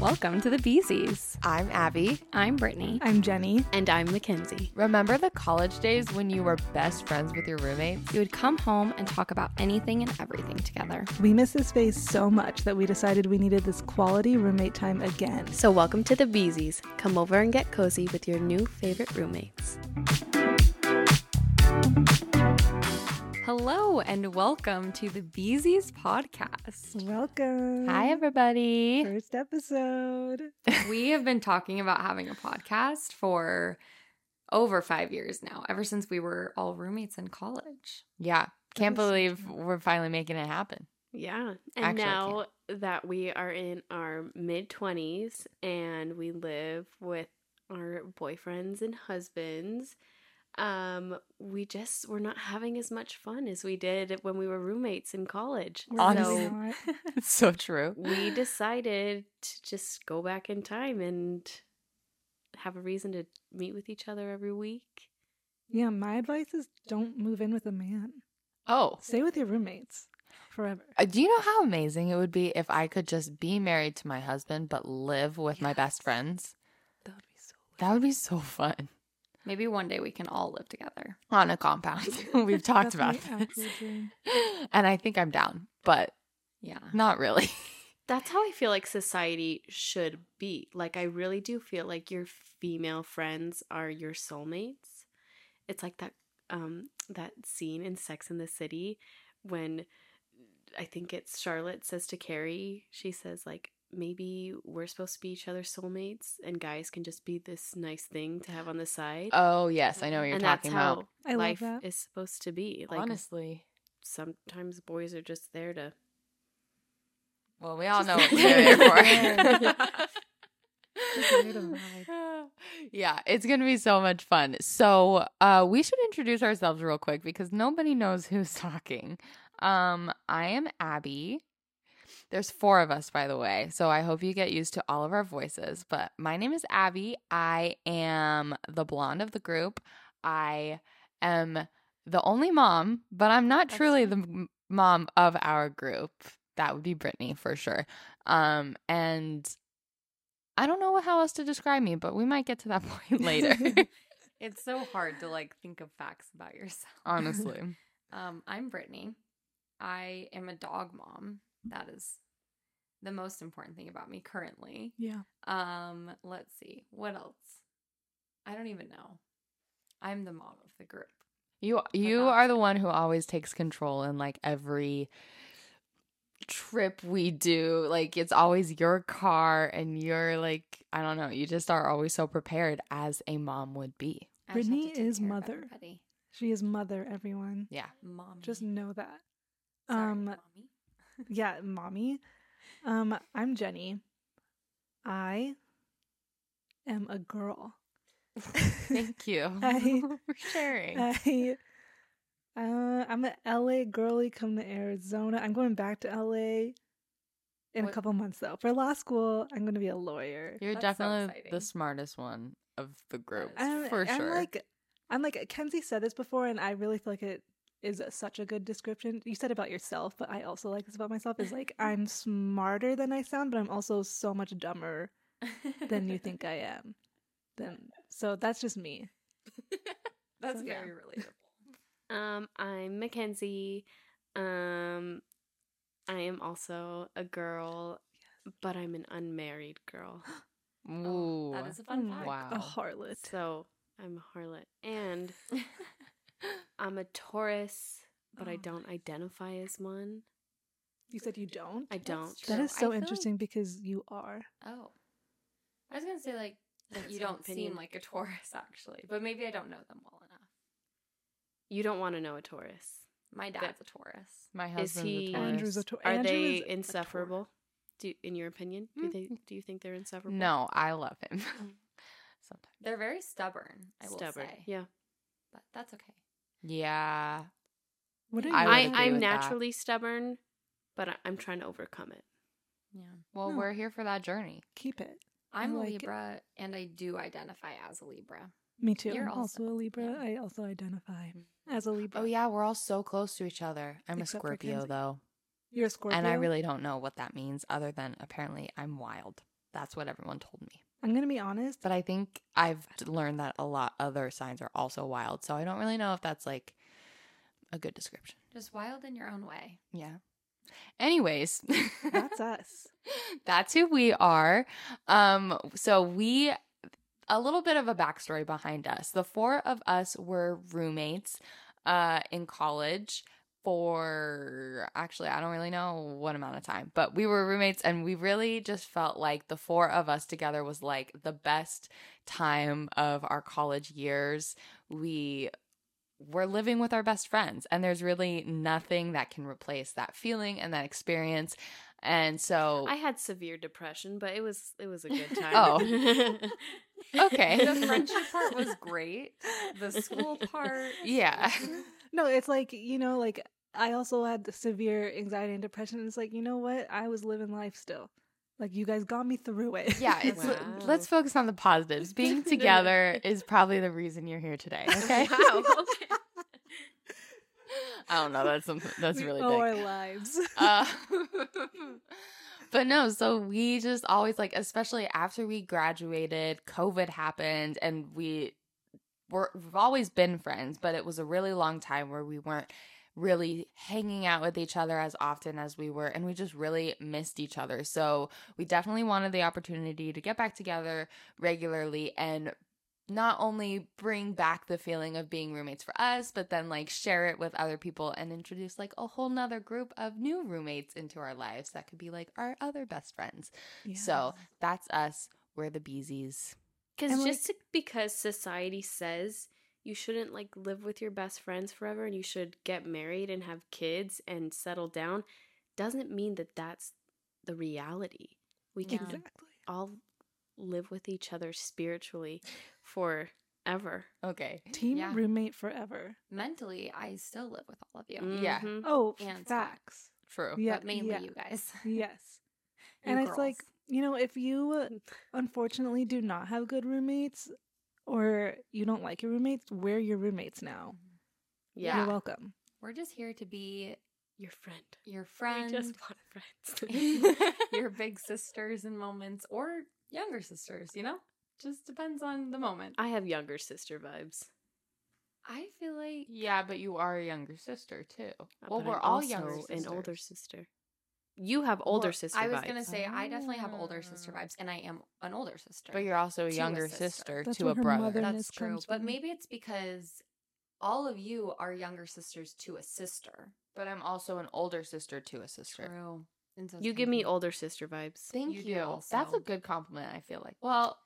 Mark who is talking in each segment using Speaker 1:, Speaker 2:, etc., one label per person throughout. Speaker 1: Welcome to the Beesies.
Speaker 2: I'm Abby.
Speaker 1: I'm Brittany.
Speaker 3: I'm Jenny.
Speaker 4: And I'm Mackenzie.
Speaker 2: Remember the college days when you were best friends with your roommates?
Speaker 1: We would come home and talk about anything and everything together.
Speaker 3: We miss this phase so much that we decided we needed this quality roommate time again.
Speaker 4: So, welcome to the Beesies. Come over and get cozy with your new favorite roommates.
Speaker 1: Hello and welcome to the Beesies podcast.
Speaker 3: Welcome.
Speaker 1: Hi, everybody.
Speaker 3: First episode.
Speaker 1: we have been talking about having a podcast for over five years now, ever since we were all roommates in college.
Speaker 2: Yeah. Can't
Speaker 3: That was-
Speaker 2: believe we're finally making it happen.
Speaker 4: Yeah. And
Speaker 2: Actually, I
Speaker 4: now that we are in our mid 20s and we live with our boyfriends and husbands, um, we just we're not having as much fun as we did when we were roommates in college.
Speaker 3: We're
Speaker 2: Honestly.
Speaker 3: really not.
Speaker 2: It's so true.
Speaker 4: we decided to just go back in time and have a reason to meet with each other every week.
Speaker 3: Yeah, my advice is don't move in with a man.
Speaker 2: Oh.
Speaker 3: Stay with your roommates forever.
Speaker 2: Uh, Do you know how amazing it would be if I could just be married to my husband but live with my best
Speaker 4: Yes.
Speaker 2: friends?
Speaker 4: That would be so
Speaker 2: That would be so fun.
Speaker 1: Maybe one day we can all live together.
Speaker 2: On a compound. We've talked
Speaker 3: That's
Speaker 2: about
Speaker 3: my
Speaker 2: this.
Speaker 3: absolute dream.
Speaker 2: And I think I'm down, but
Speaker 1: Yeah.
Speaker 2: not really.
Speaker 4: That's how I feel like society should be. Like, I really do feel like your female friends are your soulmates. It's like that um that scene in Sex in the City when I think it's Charlotte says to Carrie, she says like maybe we're supposed to be each other's soulmates and guys can just be this nice thing to have on the side.
Speaker 2: Oh, yes. I know what you're
Speaker 4: and
Speaker 2: talking
Speaker 4: that's
Speaker 2: about.
Speaker 4: how
Speaker 3: I love
Speaker 4: life
Speaker 3: that.
Speaker 4: is supposed to be. Like
Speaker 2: Honestly.
Speaker 4: sometimes boys are just there to
Speaker 2: Well, we all
Speaker 4: Just-
Speaker 2: know what we're there
Speaker 4: Yeah.
Speaker 3: Just made a
Speaker 2: for. yeah, it's going to be so much fun. So, uh, we should introduce ourselves real quick because nobody knows who's talking. Um, I am Abby. There's four of us, by the way. So, I hope you get used to all of our voices. But my name is Abby. I am the blonde of the group. I am the only mom, but I'm not
Speaker 4: That's
Speaker 2: truly
Speaker 4: right.
Speaker 2: the m- mom of our group. That would be Brittany for sure. Um, and I don't know how else to describe me, but we might get to that point later.
Speaker 1: It's so hard to like think of facts about yourself.
Speaker 2: Honestly,
Speaker 1: Um, I'm Brittany. I am a dog mom. That is the most important thing about me currently.
Speaker 3: Yeah.
Speaker 1: Um, let's see. What else? I don't even know. I'm the mom of the group.
Speaker 2: you you
Speaker 1: gosh.
Speaker 2: are the one who always takes control in like every trip we do. Like it's always your car, and you're like I don't know. You just are always so prepared as a mom would be.
Speaker 1: I just have
Speaker 3: Brittany
Speaker 1: to take
Speaker 3: is
Speaker 1: care of
Speaker 3: mother.
Speaker 1: everybody.
Speaker 3: She is mother, everyone.
Speaker 2: Yeah.
Speaker 1: Mommy.
Speaker 3: Just know that.
Speaker 1: Sorry,
Speaker 3: um,
Speaker 1: mommy.
Speaker 3: Yeah, mommy. Um, I'm Jenny. I am a girl.
Speaker 2: Thank you
Speaker 3: I-
Speaker 2: for sharing.
Speaker 3: I, uh, I'm an LA girly come to Arizona. I'm going back to LA in a
Speaker 1: What-
Speaker 3: couple months though. For law school, I'm going to be a lawyer.
Speaker 2: You're
Speaker 1: That's so
Speaker 2: definitely
Speaker 1: exciting.
Speaker 2: the smartest one of the group
Speaker 1: That
Speaker 3: I'm,
Speaker 2: for
Speaker 3: I'm
Speaker 2: sure.
Speaker 3: like, I'm like Kenzie said this before, and I really feel like it is such a good description. You said about yourself, but I also like this about myself. Is like I'm smarter than I sound, but I'm also so much dumber than you think I am. Then so that's just me.
Speaker 1: That's
Speaker 3: So, yeah.
Speaker 1: very relatable.
Speaker 4: Um, I'm Mackenzie. Um, I am also a girl, but I'm an unmarried girl.
Speaker 1: Oh,
Speaker 2: Ooh.
Speaker 1: that is a fun
Speaker 3: I'm like
Speaker 1: fact.
Speaker 2: wow.
Speaker 3: a harlot.
Speaker 4: So I'm a harlot. And I'm a Taurus, but I
Speaker 1: Oh
Speaker 4: don't identify as one.
Speaker 3: You said you don't.
Speaker 4: I don't.
Speaker 1: true.
Speaker 3: That
Speaker 1: So
Speaker 3: is
Speaker 1: I feel
Speaker 3: so
Speaker 1: like-
Speaker 3: interesting because you are.
Speaker 1: Oh. I was going to say, like, that
Speaker 4: That's
Speaker 1: you
Speaker 4: my
Speaker 1: don't
Speaker 4: opinion.
Speaker 1: seem like a Taurus, actually, but maybe I don't know them well enough.
Speaker 4: You don't want to know a Taurus.
Speaker 1: My dad's a Taurus.
Speaker 2: My
Speaker 4: Is
Speaker 2: husband's a
Speaker 4: he-
Speaker 2: Taurus.
Speaker 3: Andrew's a Taurus.
Speaker 4: Are
Speaker 3: Andrew
Speaker 4: they
Speaker 3: is a
Speaker 4: insufferable? Do in your opinion? Do
Speaker 2: Mm.
Speaker 4: they do you think they're insufferable?
Speaker 2: No, I love him. Sometimes.
Speaker 1: They're very stubborn, I will
Speaker 4: Stubborn.
Speaker 1: say.
Speaker 4: Yeah.
Speaker 1: But that's okay.
Speaker 2: Yeah.
Speaker 3: What are
Speaker 2: I
Speaker 3: you?
Speaker 2: would
Speaker 4: I,
Speaker 2: agree
Speaker 4: I'm
Speaker 2: with that.
Speaker 4: naturally stubborn, but I, I'm trying to overcome it.
Speaker 1: Yeah.
Speaker 2: Well,
Speaker 3: No.
Speaker 2: we're here for that journey.
Speaker 3: keep it.
Speaker 1: I'm a
Speaker 3: like it.
Speaker 1: Libra and I do identify as a Libra.
Speaker 3: Me too.
Speaker 1: You're
Speaker 3: I'm
Speaker 1: also-
Speaker 3: also, a Libra.
Speaker 1: yeah.
Speaker 3: I also identify as a Libra.
Speaker 2: Oh yeah, we're all so close to each other. I'm a
Speaker 3: Except for
Speaker 2: Scorpio
Speaker 3: Kenzie.
Speaker 2: though,
Speaker 3: You're a Scorpio.
Speaker 2: and I really don't know what that means other than apparently I'm wild. That's what everyone told me.
Speaker 3: I'm gonna be honest.
Speaker 2: But I think I've learned that a lot other signs are also wild. So I don't really know if that's like a good description.
Speaker 1: Just wild in your own way.
Speaker 2: Yeah. Anyways,
Speaker 3: That's us.
Speaker 2: that's who we are. Um so we a little bit of a backstory behind us. The four of us were roommates uh in college for actually I don't really know what amount of time, but we were roommates and we really just felt like the four of us together was like the best time of our college years. We we're living with our best friends and there's really nothing that can replace that feeling and that experience. And so
Speaker 4: I had severe depression, but it was it was a good time.
Speaker 2: Oh. Okay.
Speaker 1: The friendship part was great. The school part. mm-hmm.
Speaker 2: yeah.
Speaker 3: No, it's like you know, like I also had severe anxiety and depression. It's like you know what? I was living life still. Like you guys got me through it.
Speaker 2: Yeah, it's uh,
Speaker 4: Wow.
Speaker 2: let's focus on the positives. Being together is probably the reason you're here today. Okay.
Speaker 4: Wow. Okay.
Speaker 2: I don't know. That's something that's
Speaker 3: We Oh,
Speaker 2: really
Speaker 3: owe our
Speaker 2: big.
Speaker 3: lives.
Speaker 2: Uh, but no, so we just always like, especially after we graduated, COVID happened, and we were we've always been friends, but it was a really long time where we weren't really hanging out with each other as often as we were and we just really missed each other. So, we definitely wanted the opportunity to get back together regularly and not only bring back the feeling of being roommates for us, but then like share it with other people and introduce like a whole nother group of new roommates into our lives that could be like our other best friends. So that's us. We're the Beezies.
Speaker 4: Because
Speaker 3: And,
Speaker 4: just to- because society says you shouldn't like live with your best friends forever and you should get married and have kids and settle down doesn't mean that that's the reality. We
Speaker 1: Yeah.
Speaker 4: can
Speaker 3: exactly.
Speaker 4: all live with each other spiritually forever.
Speaker 2: Okay.
Speaker 3: Team
Speaker 1: Yeah.
Speaker 3: roommate forever.
Speaker 1: Mentally, I still live with all of you.
Speaker 2: Yeah.
Speaker 4: Mhm.
Speaker 3: Oh,
Speaker 1: Yeah, it's fine.
Speaker 3: facts.
Speaker 2: True.
Speaker 3: Yeah,
Speaker 1: but mainly
Speaker 3: yeah.
Speaker 1: you guys.
Speaker 3: Yes.
Speaker 1: You
Speaker 3: and it's like
Speaker 1: girls.
Speaker 3: you know if you unfortunately do not have good roommates or you don't like your roommates we're your roommates now
Speaker 4: Yeah.
Speaker 3: you're welcome
Speaker 1: Mm-hmm. we're just here to be
Speaker 4: Your friend.
Speaker 1: your
Speaker 4: We
Speaker 1: friend,
Speaker 4: just want friends.
Speaker 1: your big sisters in moments, or younger sisters, you know? Just depends on the moment.
Speaker 4: I have younger sister vibes.
Speaker 1: I feel like
Speaker 2: Yeah, but you are a younger sister too. well,
Speaker 4: uh, but
Speaker 2: we're
Speaker 4: I'm
Speaker 2: all
Speaker 4: also
Speaker 2: younger
Speaker 4: an older
Speaker 2: sisters.
Speaker 4: sister. You have older
Speaker 1: Well,
Speaker 4: sister
Speaker 1: I was
Speaker 4: vibes.
Speaker 1: gonna say I definitely have older sister
Speaker 2: Ah.
Speaker 1: vibes, and I am an older sister.
Speaker 2: But you're also a
Speaker 1: To a
Speaker 2: younger
Speaker 1: sister.
Speaker 2: sister,
Speaker 3: That's
Speaker 2: to
Speaker 3: where
Speaker 2: a
Speaker 3: her
Speaker 2: brother.
Speaker 3: mother-
Speaker 1: that's
Speaker 3: Goodness
Speaker 1: true.
Speaker 3: comes
Speaker 1: But
Speaker 3: from-
Speaker 1: maybe it's because all of you are younger sisters to a sister.
Speaker 2: But I'm also an older sister to a sister.
Speaker 1: True. And so it's
Speaker 4: you give me
Speaker 1: confusing.
Speaker 4: older sister vibes.
Speaker 2: Thank
Speaker 1: You
Speaker 2: you.
Speaker 1: do
Speaker 2: That's
Speaker 1: also.
Speaker 2: a good compliment, I feel like. Well,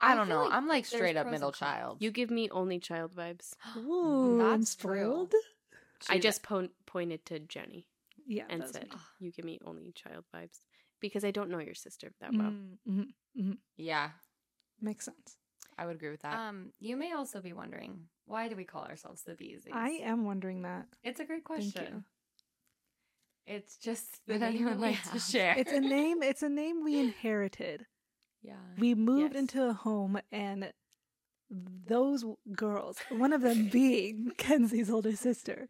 Speaker 2: I,
Speaker 1: I
Speaker 2: don't
Speaker 1: feel
Speaker 2: know.
Speaker 1: like
Speaker 2: I'm like
Speaker 1: there's
Speaker 2: straight up
Speaker 1: pros and
Speaker 2: middle
Speaker 1: cons.
Speaker 2: child.
Speaker 4: You give me only child vibes.
Speaker 3: Ooh,
Speaker 1: Mm, That's true.
Speaker 3: spoiled?
Speaker 4: I just po- pointed to Jenny
Speaker 3: yeah
Speaker 4: and
Speaker 3: that's
Speaker 4: said,
Speaker 3: me.
Speaker 1: Ah.
Speaker 4: "You give me only child vibes because I don't know your sister that well."
Speaker 3: Mm, mhm, mhm.
Speaker 2: Yeah,
Speaker 3: makes sense
Speaker 2: I would agree with that.
Speaker 1: Um, you may also be wondering why do we call ourselves the bees?
Speaker 3: i am wondering that
Speaker 1: It's a great
Speaker 3: Thank
Speaker 1: question. It's just
Speaker 2: that
Speaker 1: name
Speaker 2: anyone
Speaker 1: we
Speaker 2: likes to
Speaker 1: have.
Speaker 2: share.
Speaker 3: it's a name it's a name we inherited
Speaker 1: Yeah.
Speaker 3: we moved
Speaker 4: Yes.
Speaker 3: into a home and those w- girls one of them being mackenzie's older sister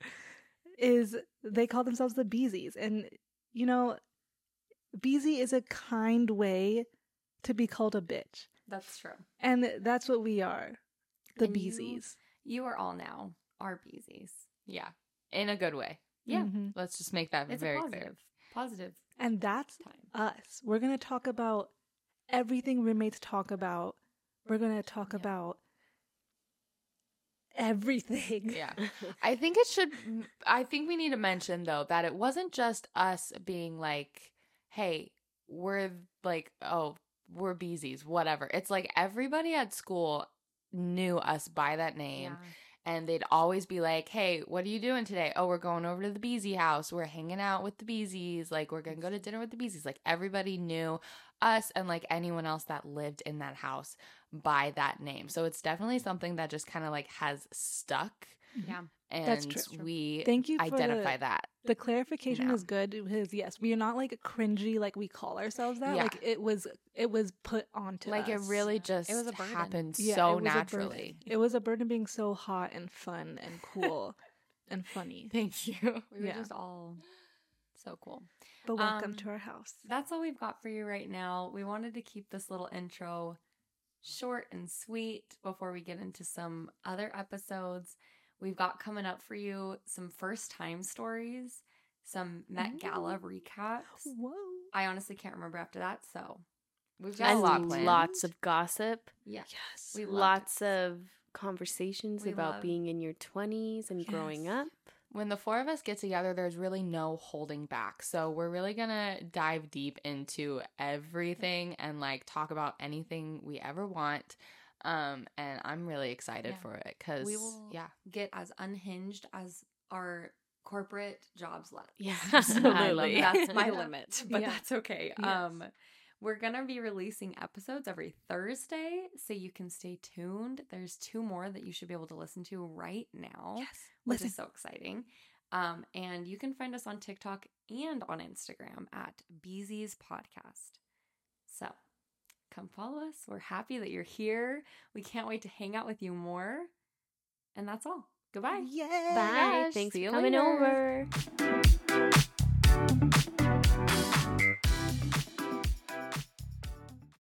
Speaker 3: is they call themselves the beezies and you know beezy is a kind way to be called a bitch
Speaker 1: That's true.
Speaker 3: and that's what we are the
Speaker 1: And you-
Speaker 3: beezies
Speaker 1: You are all now our beesies.
Speaker 2: yeah, in a good way.
Speaker 1: Yeah.
Speaker 3: Mhm.
Speaker 2: Let's just make that
Speaker 1: It's
Speaker 2: very
Speaker 1: a
Speaker 2: clear.
Speaker 1: positive, positive
Speaker 3: and that's
Speaker 1: time.
Speaker 3: us we're going to talk about everything roommates talk about we're going to talk
Speaker 1: Yeah.
Speaker 3: about everything
Speaker 2: Yeah. I think it should. I think we need to mention though that it wasn't just us being like, "Hey, we're like, oh, we're beesies, whatever." It's like everybody at school knew us by that name, and they'd always be like, "Hey, what are you doing today? Oh, we're going over to the Beezy house. We're hanging out with the Beezies. Like, we're gonna go to dinner with the Beezies." Like, everybody knew us and like anyone else that lived in that house by that name. So it's definitely something that just kind of like has stuck.
Speaker 1: Yeah.
Speaker 2: And
Speaker 3: That's true.
Speaker 2: we
Speaker 3: thank you for
Speaker 2: identify
Speaker 3: the,
Speaker 2: that.
Speaker 3: The clarification
Speaker 2: No.
Speaker 3: is good because yes, we are not like cringy like we call ourselves that.
Speaker 2: Yeah.
Speaker 3: Like it was it was put onto
Speaker 2: Like
Speaker 3: us.
Speaker 2: it really
Speaker 1: Yeah. It
Speaker 2: just
Speaker 1: was a burden.
Speaker 2: happened
Speaker 3: Yeah, it
Speaker 2: so
Speaker 3: was a burden.
Speaker 2: naturally.
Speaker 3: It was a burden being so hot and fun and cool and funny.
Speaker 2: Thank you.
Speaker 1: We were
Speaker 3: Yeah.
Speaker 1: just all So cool.
Speaker 3: But welcome
Speaker 1: Um,
Speaker 3: to our house.
Speaker 1: That's all we've got for you right now. We wanted to keep this little intro short and sweet before we get into some other episodes. We've got coming up for you some first time stories, some Met Gala recaps.
Speaker 3: Whoa.
Speaker 1: I honestly can't remember after that, so
Speaker 2: We've got a
Speaker 4: And
Speaker 2: lot
Speaker 3: And
Speaker 2: planned.
Speaker 4: lots of gossip,
Speaker 1: yeah.
Speaker 3: Yes.
Speaker 1: We love
Speaker 4: lots
Speaker 1: it.
Speaker 4: of conversations
Speaker 1: We
Speaker 4: about
Speaker 1: love-
Speaker 4: being in your 20s and growing
Speaker 3: Yes.
Speaker 4: up.
Speaker 2: when the four of us get together, there's really no holding back. So we're really gonna dive deep into everything and like talk about anything we ever want. Um, and I'm really excited
Speaker 1: Yeah.
Speaker 2: for it because
Speaker 1: We will-
Speaker 2: yeah,
Speaker 1: get as unhinged as our corporate jobs let. us.
Speaker 4: Yeah,
Speaker 2: I love
Speaker 4: absolutely.
Speaker 2: that.
Speaker 1: That's my
Speaker 3: Yeah.
Speaker 1: limit, but
Speaker 3: Yeah.
Speaker 1: that's okay.
Speaker 3: Yes.
Speaker 1: Um, we're gonna be releasing episodes every Thursday, so you can stay tuned. There's two more that you should be able to listen to right now,
Speaker 3: Yes.
Speaker 1: which
Speaker 3: Listen.
Speaker 1: is so exciting. Um, and you can find us on TikTok and on Instagram at Beezy's Podcast. So come follow us. We're happy that you're here. We can't wait to hang out with you more. And that's all. Goodbye.
Speaker 3: Yay.
Speaker 4: Bye.
Speaker 2: gosh,
Speaker 4: Thanks
Speaker 2: see
Speaker 4: for
Speaker 2: you
Speaker 4: coming
Speaker 2: later.
Speaker 4: over.